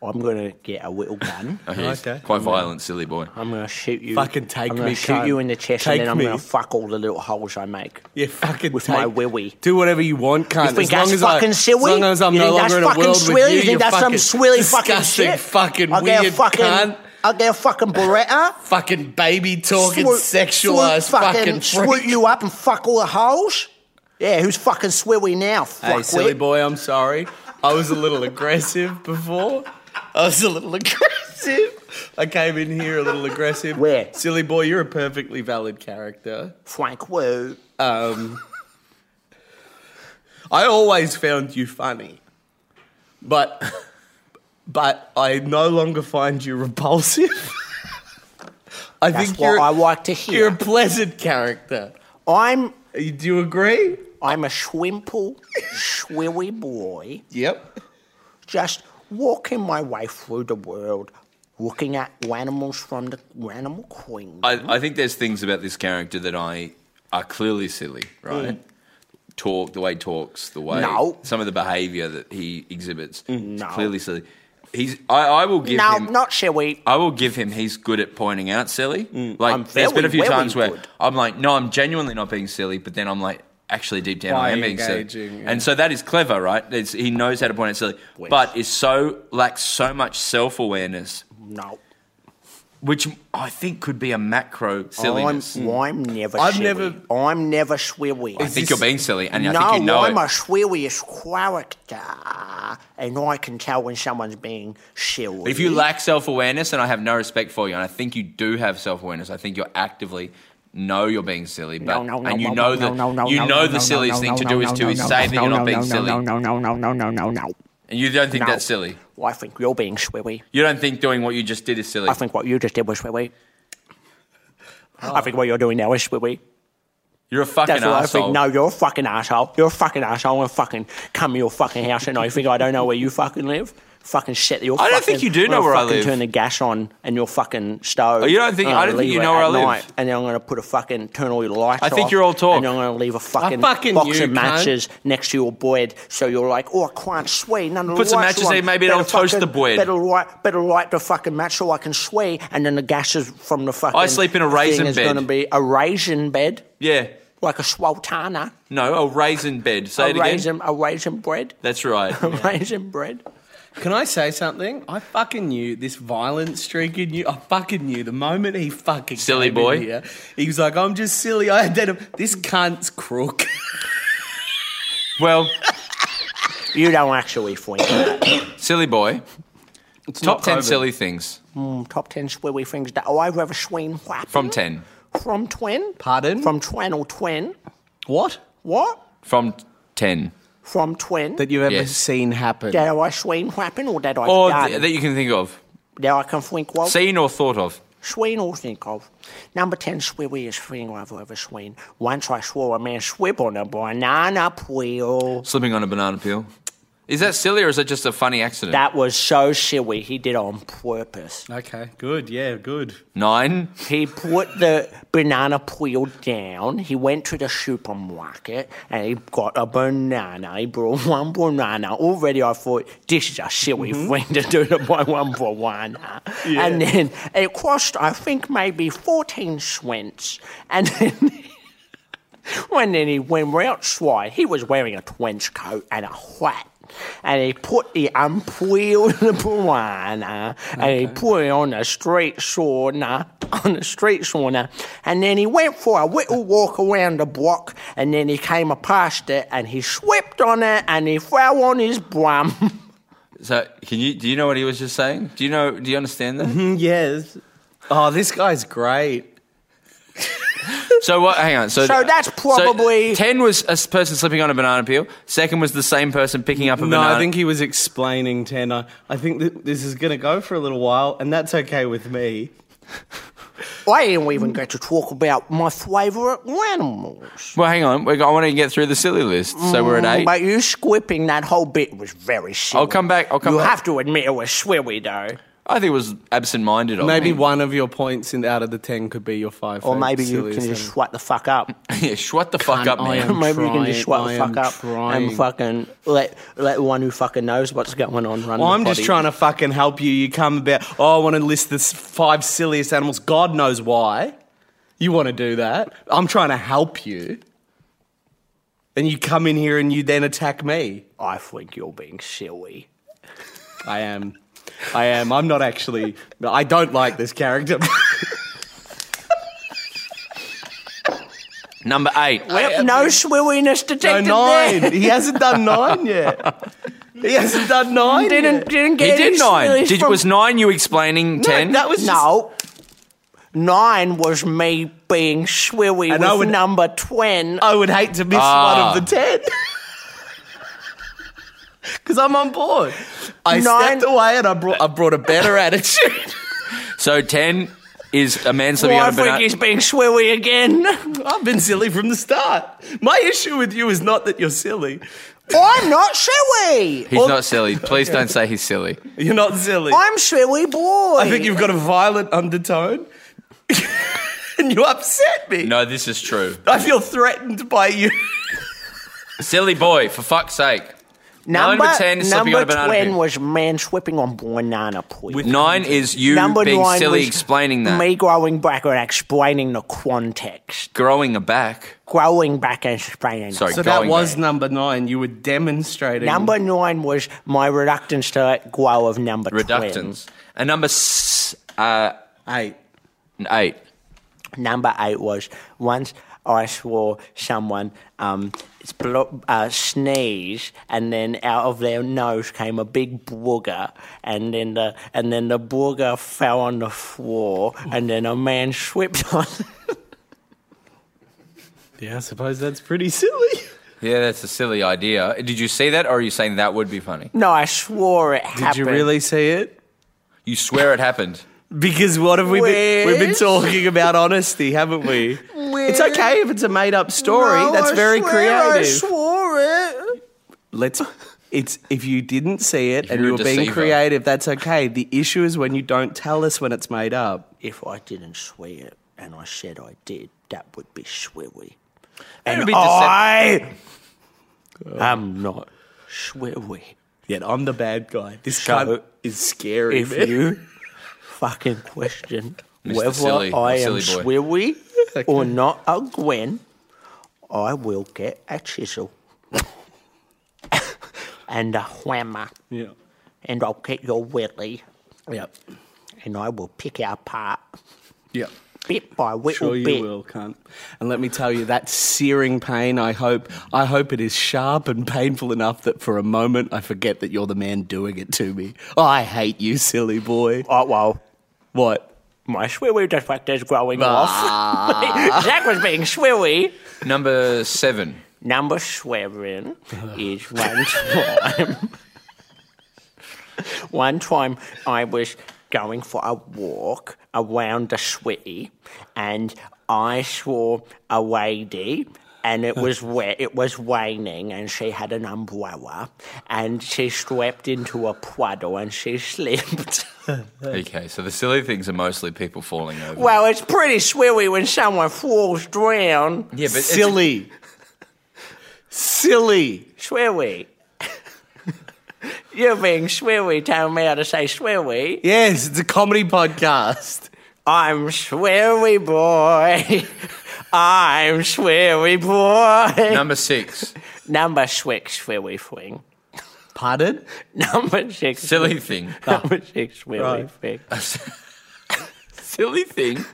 [SPEAKER 5] I'm gonna get a little gun.
[SPEAKER 3] Okay, he's
[SPEAKER 4] Okay.
[SPEAKER 3] Quite violent, Silly Boy.
[SPEAKER 5] I'm gonna shoot you.
[SPEAKER 4] Fucking take
[SPEAKER 5] I'm gonna
[SPEAKER 4] me,
[SPEAKER 5] shoot
[SPEAKER 4] cunt.
[SPEAKER 5] you in the chest,
[SPEAKER 4] Take
[SPEAKER 5] and then I'm
[SPEAKER 4] me.
[SPEAKER 5] gonna fuck all the little holes I make.
[SPEAKER 4] Yeah, fucking
[SPEAKER 5] With
[SPEAKER 4] take,
[SPEAKER 5] my willy.
[SPEAKER 4] Do whatever you want, cunt.
[SPEAKER 5] You
[SPEAKER 4] as
[SPEAKER 5] think
[SPEAKER 4] long
[SPEAKER 5] that's
[SPEAKER 4] as I,
[SPEAKER 5] fucking silly?
[SPEAKER 4] As long as I'm
[SPEAKER 5] you
[SPEAKER 4] no
[SPEAKER 5] think
[SPEAKER 4] longer in
[SPEAKER 5] that's
[SPEAKER 4] a
[SPEAKER 5] fucking
[SPEAKER 4] world
[SPEAKER 5] swilly?
[SPEAKER 4] with you,
[SPEAKER 5] you think
[SPEAKER 4] you're
[SPEAKER 5] that's some
[SPEAKER 4] fucking
[SPEAKER 5] swilly fucking
[SPEAKER 4] disgusting,
[SPEAKER 5] shit?
[SPEAKER 4] fucking
[SPEAKER 5] I'll get a
[SPEAKER 4] weird
[SPEAKER 5] fucking,
[SPEAKER 4] cunt.
[SPEAKER 5] I'll get a fucking beretta.
[SPEAKER 4] Fucking baby talking,
[SPEAKER 5] swoop-
[SPEAKER 4] sexualized,
[SPEAKER 5] swoop
[SPEAKER 4] fucking,
[SPEAKER 5] swoop
[SPEAKER 4] freak.
[SPEAKER 5] you up and fuck all the holes. Yeah, who's fucking swilly now? Fuck
[SPEAKER 4] Hey, silly boy, I'm sorry. I was a little aggressive before. I was a little aggressive. I came in here a little aggressive.
[SPEAKER 5] Where?
[SPEAKER 4] Silly boy, you're a perfectly valid character.
[SPEAKER 5] Frank Wu.
[SPEAKER 4] Um, I always found you funny, but but I no longer find you repulsive. I
[SPEAKER 5] That's
[SPEAKER 4] think
[SPEAKER 5] what
[SPEAKER 4] you're
[SPEAKER 5] I like to
[SPEAKER 4] you're a
[SPEAKER 5] hear.
[SPEAKER 4] pleasant character.
[SPEAKER 5] I'm
[SPEAKER 4] You- Do you agree?
[SPEAKER 5] I'm a swimple, swilly boy,
[SPEAKER 4] Yep.
[SPEAKER 5] just walking my way through the world. looking at animals from the animal queen.
[SPEAKER 3] I, I think there's things about this character that I are clearly silly, right? Talk the way he talks, the way
[SPEAKER 5] Mm. No.
[SPEAKER 3] some of the behaviour that he exhibits, is
[SPEAKER 5] no.
[SPEAKER 3] clearly silly. He's I, I will give
[SPEAKER 5] no,
[SPEAKER 3] him
[SPEAKER 5] not Chewie.
[SPEAKER 3] I will give him he's good at pointing out silly. like
[SPEAKER 5] Mm. I'm
[SPEAKER 3] there's been a
[SPEAKER 5] very,
[SPEAKER 3] few
[SPEAKER 5] very
[SPEAKER 3] times where
[SPEAKER 5] good.
[SPEAKER 3] I'm like, no, I'm genuinely not being silly, but then I'm like, actually deep down I
[SPEAKER 4] By
[SPEAKER 3] am being silly.
[SPEAKER 4] engaging, yeah.
[SPEAKER 3] And so that is clever, right? It's, he knows how to point out silly,
[SPEAKER 5] Which-
[SPEAKER 3] but is so lacks so much self awareness,
[SPEAKER 5] No,
[SPEAKER 3] which I think could be a macro
[SPEAKER 5] I'm,
[SPEAKER 3] silliness.
[SPEAKER 5] I'm never.
[SPEAKER 4] Mm. I've
[SPEAKER 5] Chewie.
[SPEAKER 4] never-
[SPEAKER 5] I'm never Chewie.
[SPEAKER 3] I think
[SPEAKER 4] this-
[SPEAKER 3] you're being silly, and I
[SPEAKER 5] no,
[SPEAKER 3] think you know
[SPEAKER 5] I'm
[SPEAKER 3] it.
[SPEAKER 5] a serious character, and I can tell when someone's being silly.
[SPEAKER 3] But if you lack self awareness, and I have no respect for you, and I think you do have self awareness, I think you're actively know you're being silly, but
[SPEAKER 5] no, no,
[SPEAKER 3] and you
[SPEAKER 5] no,
[SPEAKER 3] know
[SPEAKER 5] no,
[SPEAKER 3] that
[SPEAKER 5] no, no,
[SPEAKER 3] you
[SPEAKER 5] no,
[SPEAKER 3] know
[SPEAKER 5] no,
[SPEAKER 3] the
[SPEAKER 5] no,
[SPEAKER 3] silliest
[SPEAKER 5] no,
[SPEAKER 3] thing
[SPEAKER 5] no,
[SPEAKER 3] to
[SPEAKER 5] no,
[SPEAKER 3] do is
[SPEAKER 5] no,
[SPEAKER 3] to
[SPEAKER 5] no,
[SPEAKER 3] is
[SPEAKER 5] no,
[SPEAKER 3] say that
[SPEAKER 5] no,
[SPEAKER 3] you're
[SPEAKER 5] no,
[SPEAKER 3] not being
[SPEAKER 5] no,
[SPEAKER 3] silly,
[SPEAKER 5] No, no, no, no, no, no, no, no.
[SPEAKER 3] and you don't think
[SPEAKER 5] No.
[SPEAKER 3] that's silly.
[SPEAKER 5] Well, I think you're being silly.
[SPEAKER 3] You don't think doing what you just did is silly.
[SPEAKER 5] I think what you just did was silly. I think what you're doing now is silly.
[SPEAKER 3] You're a fucking
[SPEAKER 5] That's what I
[SPEAKER 3] asshole.
[SPEAKER 5] think. No, you're a fucking asshole. You're a fucking asshole. I'm gonna fucking come to your fucking house and I think I don't know where you fucking live. Fucking shit. You're
[SPEAKER 3] I don't
[SPEAKER 5] fucking-
[SPEAKER 3] think you do
[SPEAKER 5] I'm
[SPEAKER 3] know
[SPEAKER 5] gonna
[SPEAKER 3] where I
[SPEAKER 5] fucking
[SPEAKER 3] live.
[SPEAKER 5] Turn the gas on and your fucking stove.
[SPEAKER 3] Oh, you don't think-
[SPEAKER 5] and I'm
[SPEAKER 3] I don't
[SPEAKER 5] gonna
[SPEAKER 3] think you
[SPEAKER 5] leave it
[SPEAKER 3] know where
[SPEAKER 5] at
[SPEAKER 3] I live.
[SPEAKER 5] night, and then I'm gonna put a fucking turn all your lights.
[SPEAKER 3] I think
[SPEAKER 5] off,
[SPEAKER 3] you're all talk.
[SPEAKER 5] And I'm gonna leave a fucking,
[SPEAKER 4] fucking
[SPEAKER 5] box
[SPEAKER 4] knew,
[SPEAKER 5] of
[SPEAKER 4] cunt.
[SPEAKER 5] matches next to your bed, so you're like, oh, I can't swear. None of
[SPEAKER 3] Put
[SPEAKER 5] the
[SPEAKER 3] some
[SPEAKER 5] lights
[SPEAKER 3] matches
[SPEAKER 5] are
[SPEAKER 3] there,
[SPEAKER 5] on.
[SPEAKER 3] maybe
[SPEAKER 5] Better
[SPEAKER 3] it'll toast
[SPEAKER 5] fucking-
[SPEAKER 3] the bed.
[SPEAKER 5] Better light, better light the fucking match so I can swear, and then the gases from the fucking.
[SPEAKER 3] sleep in a raisin
[SPEAKER 5] thing is
[SPEAKER 3] bed.
[SPEAKER 5] gonna be a raisin bed
[SPEAKER 3] Yeah.
[SPEAKER 5] like a sultana,
[SPEAKER 3] No, a raisin bed. Say
[SPEAKER 5] a
[SPEAKER 3] it again.
[SPEAKER 5] raisin, a raisin bread,
[SPEAKER 3] That's right.
[SPEAKER 5] a raisin bread.
[SPEAKER 4] Can I say something? I fucking knew this violent streak in you. I fucking knew the moment he fucking
[SPEAKER 3] Silly
[SPEAKER 4] came in
[SPEAKER 3] boy.
[SPEAKER 4] here, he was like, "I'm just silly." I identify this cunt's crook.
[SPEAKER 3] well,
[SPEAKER 5] You don't actually think that.
[SPEAKER 3] silly boy. Top
[SPEAKER 4] not
[SPEAKER 3] ten
[SPEAKER 4] COVID.
[SPEAKER 3] silly things
[SPEAKER 5] Mm, top ten sweary things that I've ever seen happen.
[SPEAKER 3] from ten.
[SPEAKER 5] from twin,
[SPEAKER 4] Pardon?
[SPEAKER 5] from twin or twin.
[SPEAKER 4] what
[SPEAKER 5] What
[SPEAKER 3] From ten.
[SPEAKER 5] from twin?
[SPEAKER 4] you've ever
[SPEAKER 3] Yes.
[SPEAKER 4] seen happen?
[SPEAKER 5] that I seen happen or that I've
[SPEAKER 3] Or
[SPEAKER 5] done.
[SPEAKER 3] th- that you can think of,
[SPEAKER 5] that I can think of.
[SPEAKER 3] seen or thought of.
[SPEAKER 5] Sween all think of. Number 10, sweariest thing I've ever seen. Once I swore a man swip on a banana peel.
[SPEAKER 3] Slipping on a banana peel. Is that silly or is that just a funny accident?
[SPEAKER 5] That was so silly. He did it on purpose.
[SPEAKER 4] Okay, good. Yeah, good.
[SPEAKER 3] Nine.
[SPEAKER 5] He put the banana peel down. He went to the supermarket and he got a banana. He brought one banana. Already, I thought this is a silly thing to do to buy one banana. And then it cost, I think, maybe fourteen cents. And then. When then he went outside, he was wearing a trench coat and a hat. And he put the unpeeled piranha and he put it on the street sauna, on the street sauna. And then he went for a little walk around the block and then he came past it and he swept on it and he fell on his bum.
[SPEAKER 3] So can you do you know what he was just saying? Do you know do you understand that?
[SPEAKER 5] Mm-hmm. Mm,
[SPEAKER 4] Yes. Oh, this guy's great.
[SPEAKER 3] So what? Hang on. So,
[SPEAKER 5] So that's probably-
[SPEAKER 3] ten was a s- person slipping on a banana peel. Second was the same person picking up a
[SPEAKER 4] No,
[SPEAKER 3] banana.
[SPEAKER 4] I think he was explaining ten. I, I think that this is gonna go for a little while, and that's okay with me.
[SPEAKER 5] I didn't even get to talk about my favourite animals.
[SPEAKER 3] Well, hang on. We're, go- I want to get through the silly list. So we're at eight.
[SPEAKER 5] But you squipping that whole bit was very silly.
[SPEAKER 3] I'll come back. I'll come
[SPEAKER 5] You
[SPEAKER 3] back.
[SPEAKER 5] have to admit it was swilly though.
[SPEAKER 3] I think it was absent-minded. Of
[SPEAKER 4] Maybe
[SPEAKER 3] me.
[SPEAKER 4] one of your points in, out of the ten could be your five.
[SPEAKER 5] Or
[SPEAKER 4] fav-
[SPEAKER 5] maybe you
[SPEAKER 4] silliest
[SPEAKER 5] can just
[SPEAKER 4] thing.
[SPEAKER 5] shut the fuck up.
[SPEAKER 3] yeah, shut the fuck
[SPEAKER 4] Cunt,
[SPEAKER 3] up,
[SPEAKER 4] I
[SPEAKER 3] man.
[SPEAKER 4] am.
[SPEAKER 5] maybe you can just shut
[SPEAKER 4] trying-
[SPEAKER 5] the
[SPEAKER 4] I
[SPEAKER 5] fuck
[SPEAKER 4] am
[SPEAKER 5] up
[SPEAKER 4] trying.
[SPEAKER 5] and fucking let let the one who fucking knows what's going on run.
[SPEAKER 4] Well,
[SPEAKER 5] the
[SPEAKER 4] I'm just
[SPEAKER 5] potty.
[SPEAKER 4] trying to fucking help you. You come about, oh, I want to list the s- five silliest animals. God knows why. You want to do that. I'm trying to help you. And you come in here and you then attack me.
[SPEAKER 5] I think you're being silly.
[SPEAKER 4] I am. I am. I'm not actually. I don't like this character.
[SPEAKER 3] Number eight.
[SPEAKER 5] Well, no swilliness
[SPEAKER 4] no,
[SPEAKER 5] detected
[SPEAKER 4] nine.
[SPEAKER 5] there.
[SPEAKER 4] He hasn't done nine yet. He hasn't done nine.
[SPEAKER 5] Didn't
[SPEAKER 4] yet.
[SPEAKER 5] didn't
[SPEAKER 3] He
[SPEAKER 5] get
[SPEAKER 3] did
[SPEAKER 5] any
[SPEAKER 3] nine.
[SPEAKER 5] swillies
[SPEAKER 3] Did
[SPEAKER 5] from-
[SPEAKER 3] was nine you explaining ten?
[SPEAKER 4] That was just-
[SPEAKER 5] no. Nine was me being swilly
[SPEAKER 4] And I
[SPEAKER 5] with
[SPEAKER 4] would-
[SPEAKER 5] number twin.
[SPEAKER 4] I would hate to miss one of the ten. Because I'm on board. I
[SPEAKER 5] Nine-
[SPEAKER 4] stepped away and I brought, I brought a better attitude.
[SPEAKER 3] so ten is a man slipping
[SPEAKER 5] Well, Oh, I
[SPEAKER 3] on a
[SPEAKER 5] think
[SPEAKER 3] banana.
[SPEAKER 5] he's being swilly again.
[SPEAKER 4] I've been silly from the start. My issue with you is not that you're silly.
[SPEAKER 5] I'm not silly.
[SPEAKER 3] He's not silly. Please don't say he's silly.
[SPEAKER 4] You're not silly.
[SPEAKER 5] I'm silly boy.
[SPEAKER 4] I think you've got a violent undertone. and you upset me.
[SPEAKER 3] No, this is true.
[SPEAKER 4] I feel threatened by you.
[SPEAKER 3] Silly boy, for fuck's sake.
[SPEAKER 5] number
[SPEAKER 3] number 10 is slipping
[SPEAKER 5] number
[SPEAKER 3] on a banana
[SPEAKER 5] ten
[SPEAKER 3] peel.
[SPEAKER 5] was man slipping on banana peel.
[SPEAKER 3] Nine is you
[SPEAKER 5] number
[SPEAKER 3] being
[SPEAKER 5] nine
[SPEAKER 3] silly
[SPEAKER 5] was
[SPEAKER 3] explaining that.
[SPEAKER 5] Me growing back and explaining the context.
[SPEAKER 3] Growing a back.
[SPEAKER 5] Growing back and explaining.
[SPEAKER 3] Sorry,
[SPEAKER 4] So that
[SPEAKER 3] going
[SPEAKER 4] was
[SPEAKER 3] back.
[SPEAKER 4] number nine. You were demonstrating.
[SPEAKER 5] Number nine was my reductance to let grow of number
[SPEAKER 3] reductance. And number s- uh,
[SPEAKER 4] eight.
[SPEAKER 3] eight.
[SPEAKER 5] twin. Number eight was once I saw someone um, s- blo- uh, sneeze, and then out of their nose came a big booger, and then the and then the booger fell on the floor, and then a man slipped on.
[SPEAKER 4] Yeah, I suppose that's pretty silly.
[SPEAKER 3] Yeah, that's a silly idea. Did you see that, or are you saying that would be funny?
[SPEAKER 5] no, I swore it happened.
[SPEAKER 4] Did you really see it?
[SPEAKER 3] You swear it happened.
[SPEAKER 4] Because what have we been? We've been
[SPEAKER 5] Which-
[SPEAKER 4] talking about honesty, haven't we? It's okay if it's a made-up story.
[SPEAKER 5] No,
[SPEAKER 4] That's
[SPEAKER 5] I
[SPEAKER 4] very
[SPEAKER 5] swear I
[SPEAKER 4] creative.
[SPEAKER 5] swore it.
[SPEAKER 4] Let's. It's if you didn't see it and
[SPEAKER 3] you're
[SPEAKER 4] you
[SPEAKER 3] a
[SPEAKER 4] were being
[SPEAKER 3] deceiver.
[SPEAKER 4] creative, that's okay. The issue is when you don't tell us when it's made up.
[SPEAKER 5] If I didn't swear it and I said I did, that would be sweary.
[SPEAKER 3] would
[SPEAKER 5] And
[SPEAKER 3] be decep-
[SPEAKER 5] I am not sweary.
[SPEAKER 4] Yet I'm the bad guy. This
[SPEAKER 5] So,
[SPEAKER 4] cunt is scary.
[SPEAKER 5] If
[SPEAKER 4] man.
[SPEAKER 5] you fucking question
[SPEAKER 3] Mr.
[SPEAKER 5] whether
[SPEAKER 3] Silly,
[SPEAKER 5] I am
[SPEAKER 3] Silly boy.
[SPEAKER 5] sweary or not a Gwen, I will get a chisel and a hammer
[SPEAKER 4] yeah.
[SPEAKER 5] and I'll get your willy
[SPEAKER 4] Yep.
[SPEAKER 5] and I will pick it apart
[SPEAKER 4] Yep.
[SPEAKER 5] bit by little
[SPEAKER 4] Sure you
[SPEAKER 5] bit.
[SPEAKER 4] will, cunt. And let me tell you, that searing pain. I hope, I hope it is sharp and painful enough that for a moment I forget that you're the man doing it to me. Oh, I hate you, silly boy.
[SPEAKER 5] Oh, well.
[SPEAKER 4] What?
[SPEAKER 5] My sweary deflector's growing off. Zach was being sweary.
[SPEAKER 3] Number seven.
[SPEAKER 5] Number swearing is one time. one time I was going for a walk around the sweaty and I saw a lady and it was wet, it was raining and she had an umbrella and she stepped into a puddle and she slipped.
[SPEAKER 3] Okay, so the silly things are mostly people falling over.
[SPEAKER 5] Well, it's pretty sweary when someone falls down.
[SPEAKER 3] yeah, but it's-
[SPEAKER 4] silly. silly.
[SPEAKER 5] Sweary. You're being sweary telling me how to say sweary.
[SPEAKER 4] Yes, it's a comedy podcast.
[SPEAKER 5] I'm sweary boy. I'm sweary boy.
[SPEAKER 3] number six.
[SPEAKER 5] Number six, sweary thing.
[SPEAKER 4] Pardon?
[SPEAKER 5] Number six.
[SPEAKER 3] Silly thing.
[SPEAKER 5] Number six, sweary thing.
[SPEAKER 3] silly thing.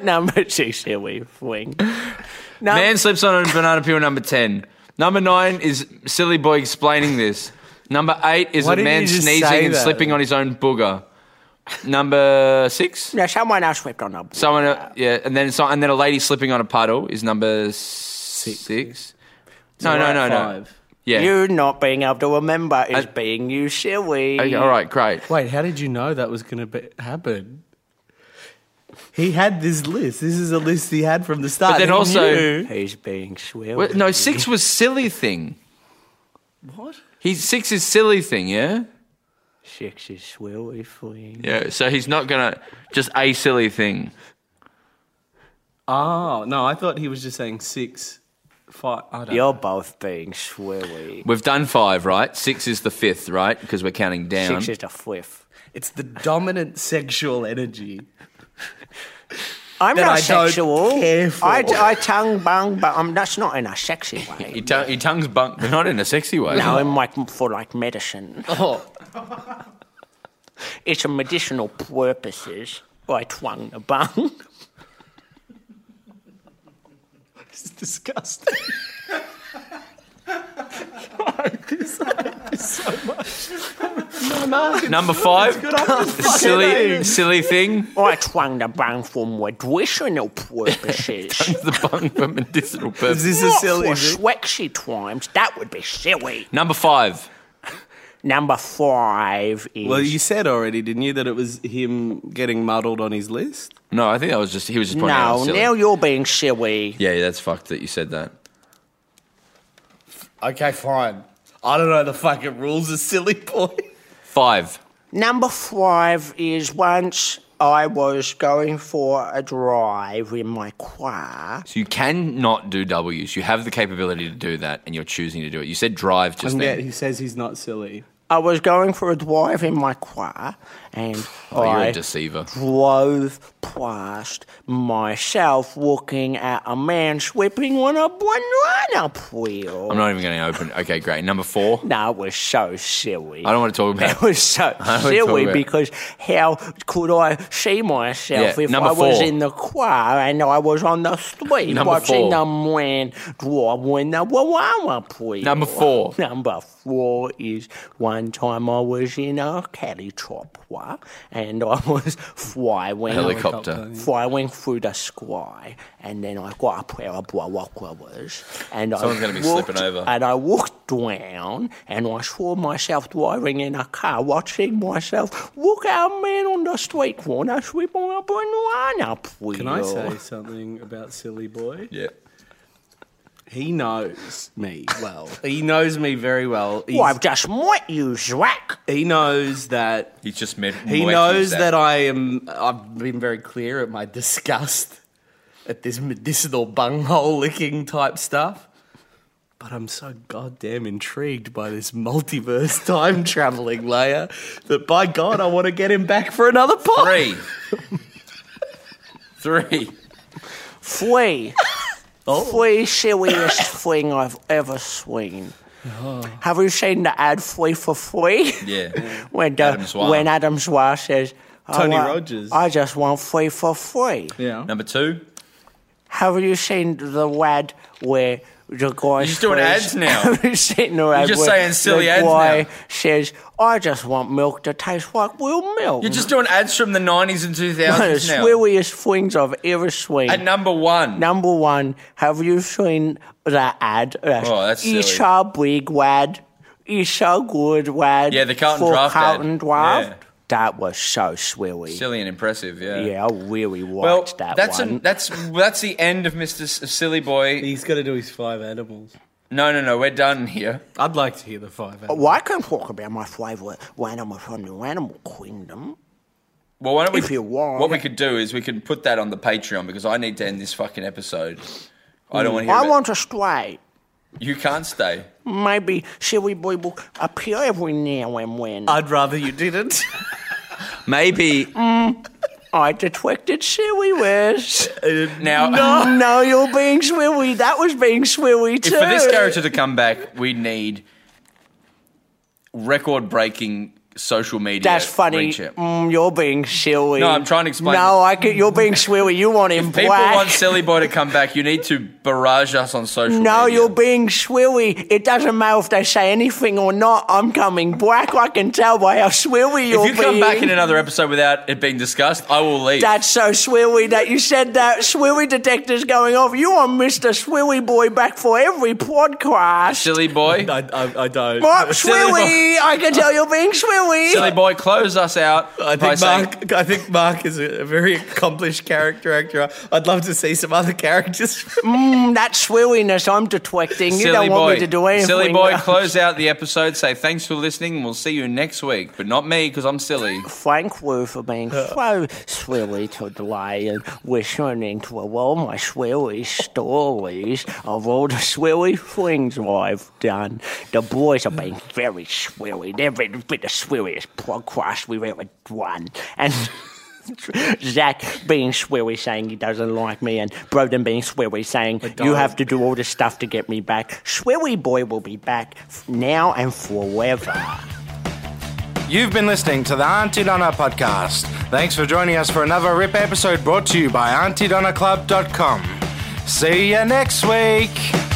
[SPEAKER 5] Number six, sweary thing. Num-
[SPEAKER 4] Um,
[SPEAKER 3] Man slips on a banana peel. Number ten. Number nine is silly boy explaining this. Number eight is
[SPEAKER 4] Why
[SPEAKER 3] a
[SPEAKER 4] didn't
[SPEAKER 3] man
[SPEAKER 4] you just
[SPEAKER 3] sneezing
[SPEAKER 4] say
[SPEAKER 3] and
[SPEAKER 4] that?
[SPEAKER 3] slipping on his own booger. Number six.
[SPEAKER 5] no, someone else swept on a
[SPEAKER 3] Someone, uh, yeah, and then so, and then a lady slipping on a puddle is number six. No, no, no, no.
[SPEAKER 4] Five.
[SPEAKER 3] Yeah.
[SPEAKER 5] You not being able to remember is
[SPEAKER 3] Uh,
[SPEAKER 5] being you silly.
[SPEAKER 3] okay, all right, great.
[SPEAKER 4] Wait, how did you know that was going to happen? He had this list. This is a list he had from the start.
[SPEAKER 3] But then
[SPEAKER 4] He
[SPEAKER 3] also-
[SPEAKER 4] knew.
[SPEAKER 5] He's being sweary.
[SPEAKER 3] Well, no, six was silly thing. What? He's six is silly thing. Yeah.
[SPEAKER 5] Six is sweary thing.
[SPEAKER 3] Yeah. So he's not gonna just a silly thing.
[SPEAKER 4] Oh no, I thought he was just saying six, five. I don't.
[SPEAKER 5] You're both being sweary.
[SPEAKER 3] We've done five, right? Six is the fifth, right? Because we're counting down.
[SPEAKER 5] Six is the fifth.
[SPEAKER 4] It's the dominant sexual energy.
[SPEAKER 5] I'm
[SPEAKER 4] That
[SPEAKER 5] not
[SPEAKER 4] I don't
[SPEAKER 5] sexual.
[SPEAKER 4] care for.
[SPEAKER 5] I, I tongue bung, but I'm, that's not in a sexy way.
[SPEAKER 3] Your, tongue, your tongue's bunk, but not in a sexy way.
[SPEAKER 5] no, I'm like for like medicine.
[SPEAKER 4] Oh,
[SPEAKER 5] It's a medicinal purposes. I twang the bung.
[SPEAKER 4] it's disgusting.
[SPEAKER 3] Number five, silly, silly thing.
[SPEAKER 5] I twang the bung for medicinal purposes.
[SPEAKER 3] The bunk for medicinal
[SPEAKER 4] Is
[SPEAKER 3] purposes.
[SPEAKER 4] this a
[SPEAKER 5] Not
[SPEAKER 4] silly?
[SPEAKER 5] for sexy times. That would be silly.
[SPEAKER 3] Number five.
[SPEAKER 5] Number five is
[SPEAKER 4] Well, you said already, didn't you, that it was him getting muddled on his list?
[SPEAKER 3] No, I think that was just he was just pointing out.
[SPEAKER 5] no.
[SPEAKER 3] silly.
[SPEAKER 5] Now you're being silly.
[SPEAKER 3] Yeah, that's fucked that you said that.
[SPEAKER 4] Okay, fine. I don't know the fucking rules of silly boy.
[SPEAKER 3] Five.
[SPEAKER 5] Number five is once I was going for a drive in my car.
[SPEAKER 3] So you cannot do W's. You have the capability to do that, and you're choosing to do it. You said drive just
[SPEAKER 4] And
[SPEAKER 3] then.
[SPEAKER 4] yet he says he's not silly.
[SPEAKER 5] I was going for a drive in my car, and
[SPEAKER 3] Oh, you're
[SPEAKER 5] I
[SPEAKER 3] a deceiver.
[SPEAKER 5] drove past myself looking at a man slipping on a banana peel.
[SPEAKER 3] I'm not even going to open. Okay, great. Number four.
[SPEAKER 5] That was so silly.
[SPEAKER 3] I don't want to talk about.
[SPEAKER 5] It was so
[SPEAKER 3] I don't talk
[SPEAKER 5] silly
[SPEAKER 3] about-
[SPEAKER 5] because how could I see myself
[SPEAKER 3] Yeah,
[SPEAKER 5] if
[SPEAKER 3] number
[SPEAKER 5] I was
[SPEAKER 3] four.
[SPEAKER 5] in the car and I was on the street
[SPEAKER 3] Number four.
[SPEAKER 5] watching them win draw win the Wawa please.
[SPEAKER 3] Number four.
[SPEAKER 5] Number four is one time I was in a helicopter and I was flying
[SPEAKER 3] Helicopter.
[SPEAKER 5] flying through the sky, and then I got a pair of blah growers, and
[SPEAKER 3] Someone's
[SPEAKER 5] I
[SPEAKER 3] gonna be
[SPEAKER 5] walked-
[SPEAKER 3] slipping over.
[SPEAKER 5] And I walked down, and I saw myself driving in a car, watching myself look at a man on the street corner sweeping a banana peel.
[SPEAKER 4] Can I say something about silly boy?
[SPEAKER 3] Yeah.
[SPEAKER 4] He knows me well. he knows me very well. He's-
[SPEAKER 5] Well, I've just met you, Zach.
[SPEAKER 4] he knows that
[SPEAKER 3] He's just met.
[SPEAKER 4] He knows that. I am. I've been very clear at my disgust at this medicinal bunghole licking type stuff. But I'm so goddamn intrigued by this multiverse time traveling layer that by God, I want to get him back for another pot.
[SPEAKER 3] Three. Three.
[SPEAKER 5] Flea.
[SPEAKER 4] Oh.
[SPEAKER 5] Flea silliest thing I've ever seen.
[SPEAKER 4] Oh.
[SPEAKER 5] Have you seen the ad Flea for Flea?
[SPEAKER 3] Yeah.
[SPEAKER 5] when the,
[SPEAKER 3] Adam Zwar.
[SPEAKER 5] when Adam Zwar says I
[SPEAKER 4] Tony
[SPEAKER 5] want-
[SPEAKER 4] Rogers.
[SPEAKER 5] I just want free for free.
[SPEAKER 4] Yeah.
[SPEAKER 3] Number two.
[SPEAKER 5] Have you seen the ad where the guy?
[SPEAKER 3] just doing ads
[SPEAKER 5] says-
[SPEAKER 3] now.
[SPEAKER 5] Have you seen the ad
[SPEAKER 3] just
[SPEAKER 5] where
[SPEAKER 3] saying silly
[SPEAKER 5] the
[SPEAKER 3] ads
[SPEAKER 5] guy
[SPEAKER 3] now.
[SPEAKER 5] says, "I just want milk that tastes like real milk."
[SPEAKER 3] You're just doing ads from the 90s and
[SPEAKER 5] one of the
[SPEAKER 3] 2000s now.
[SPEAKER 5] swilliest things I've ever seen.
[SPEAKER 3] At number one.
[SPEAKER 5] Number one, have you seen that ad?
[SPEAKER 3] Oh, that's silly.
[SPEAKER 5] It's so big, lad. It's so good, lad.
[SPEAKER 3] Yeah, the Carlton
[SPEAKER 5] for
[SPEAKER 3] Draft ad.
[SPEAKER 5] Carlton Draft.
[SPEAKER 3] Yeah.
[SPEAKER 5] That was so swilly.
[SPEAKER 3] Silly and impressive, yeah.
[SPEAKER 5] Yeah, I really
[SPEAKER 3] Well,
[SPEAKER 5] liked that
[SPEAKER 3] that's
[SPEAKER 5] one.
[SPEAKER 3] an, that's that's the end of Mr. S- Silly Boy.
[SPEAKER 4] He's got to do his five animals.
[SPEAKER 3] No, no, no, we're done here.
[SPEAKER 4] I'd like to hear the five animals.
[SPEAKER 5] well, I can talk about my favourite animal from the animal kingdom.
[SPEAKER 3] Well, why don't we?
[SPEAKER 5] If you want.
[SPEAKER 3] what we could do is we could put that on the Patreon because I need to end this fucking episode. I don't want to hear.
[SPEAKER 5] Mm. I
[SPEAKER 3] about-
[SPEAKER 5] want to stray.
[SPEAKER 3] You can't stay.
[SPEAKER 5] Maybe Silly Boy will appear every now and when.
[SPEAKER 4] I'd rather you didn't.
[SPEAKER 3] Maybe
[SPEAKER 5] I detected Silly was.
[SPEAKER 3] now.
[SPEAKER 5] no, you're being swilly. That was being swilly
[SPEAKER 3] If
[SPEAKER 5] too.
[SPEAKER 3] for this character to come back, we need record-breaking social media.
[SPEAKER 5] That's funny.
[SPEAKER 3] reach out.
[SPEAKER 5] Mm, you're being silly.
[SPEAKER 3] No, I'm trying to explain
[SPEAKER 5] No,
[SPEAKER 3] this.
[SPEAKER 5] I can, you're being silly. You want him
[SPEAKER 3] People
[SPEAKER 5] black.
[SPEAKER 3] want Silly Boy to come back. You need to barrage us on social
[SPEAKER 5] no,
[SPEAKER 3] media.
[SPEAKER 5] you're being swilly. It doesn't matter if they say anything or not. I'm coming black. I can tell by how swilly you're
[SPEAKER 3] If
[SPEAKER 5] being.
[SPEAKER 3] you come back in another episode without it being discussed, I will leave.
[SPEAKER 5] That's so swilly that you said that. Swilly detector's going off. You are Mr. Swilly Boy back for every podcast.
[SPEAKER 3] Silly Boy.
[SPEAKER 4] I, I, I don't.
[SPEAKER 5] Mark
[SPEAKER 3] Silly boy.
[SPEAKER 5] Swilly, I can tell you're being swilly.
[SPEAKER 3] Silly Boy, close us out.
[SPEAKER 4] I
[SPEAKER 3] by
[SPEAKER 4] think
[SPEAKER 3] saying-
[SPEAKER 4] Mark. I think Mark is a, a very accomplished character actor. I'd love to see some other characters.
[SPEAKER 5] Mm, that swilliness I'm detecting. You
[SPEAKER 3] Silly
[SPEAKER 5] don't want
[SPEAKER 3] boy.
[SPEAKER 5] me to do anything.
[SPEAKER 3] Silly boy, close out the episode. Say thanks for listening. and We'll see you next week, but not me because I'm silly.
[SPEAKER 5] Thank you for being so swilly today and listening to all my swilly stories of all the swilly things I've done. The boys have been very swilly. They've been, been the swilliest podcast we've ever done. And Zach being swilly saying he doesn't like me, and Broden being swilly saying you have to do all this stuff to get me back. Swilly boy will be back f- now and forever.
[SPEAKER 1] You've been listening to the Auntie Donna podcast. Thanks for joining us for another RIP episode brought to you by AuntieDonnaClub.com. See you next week.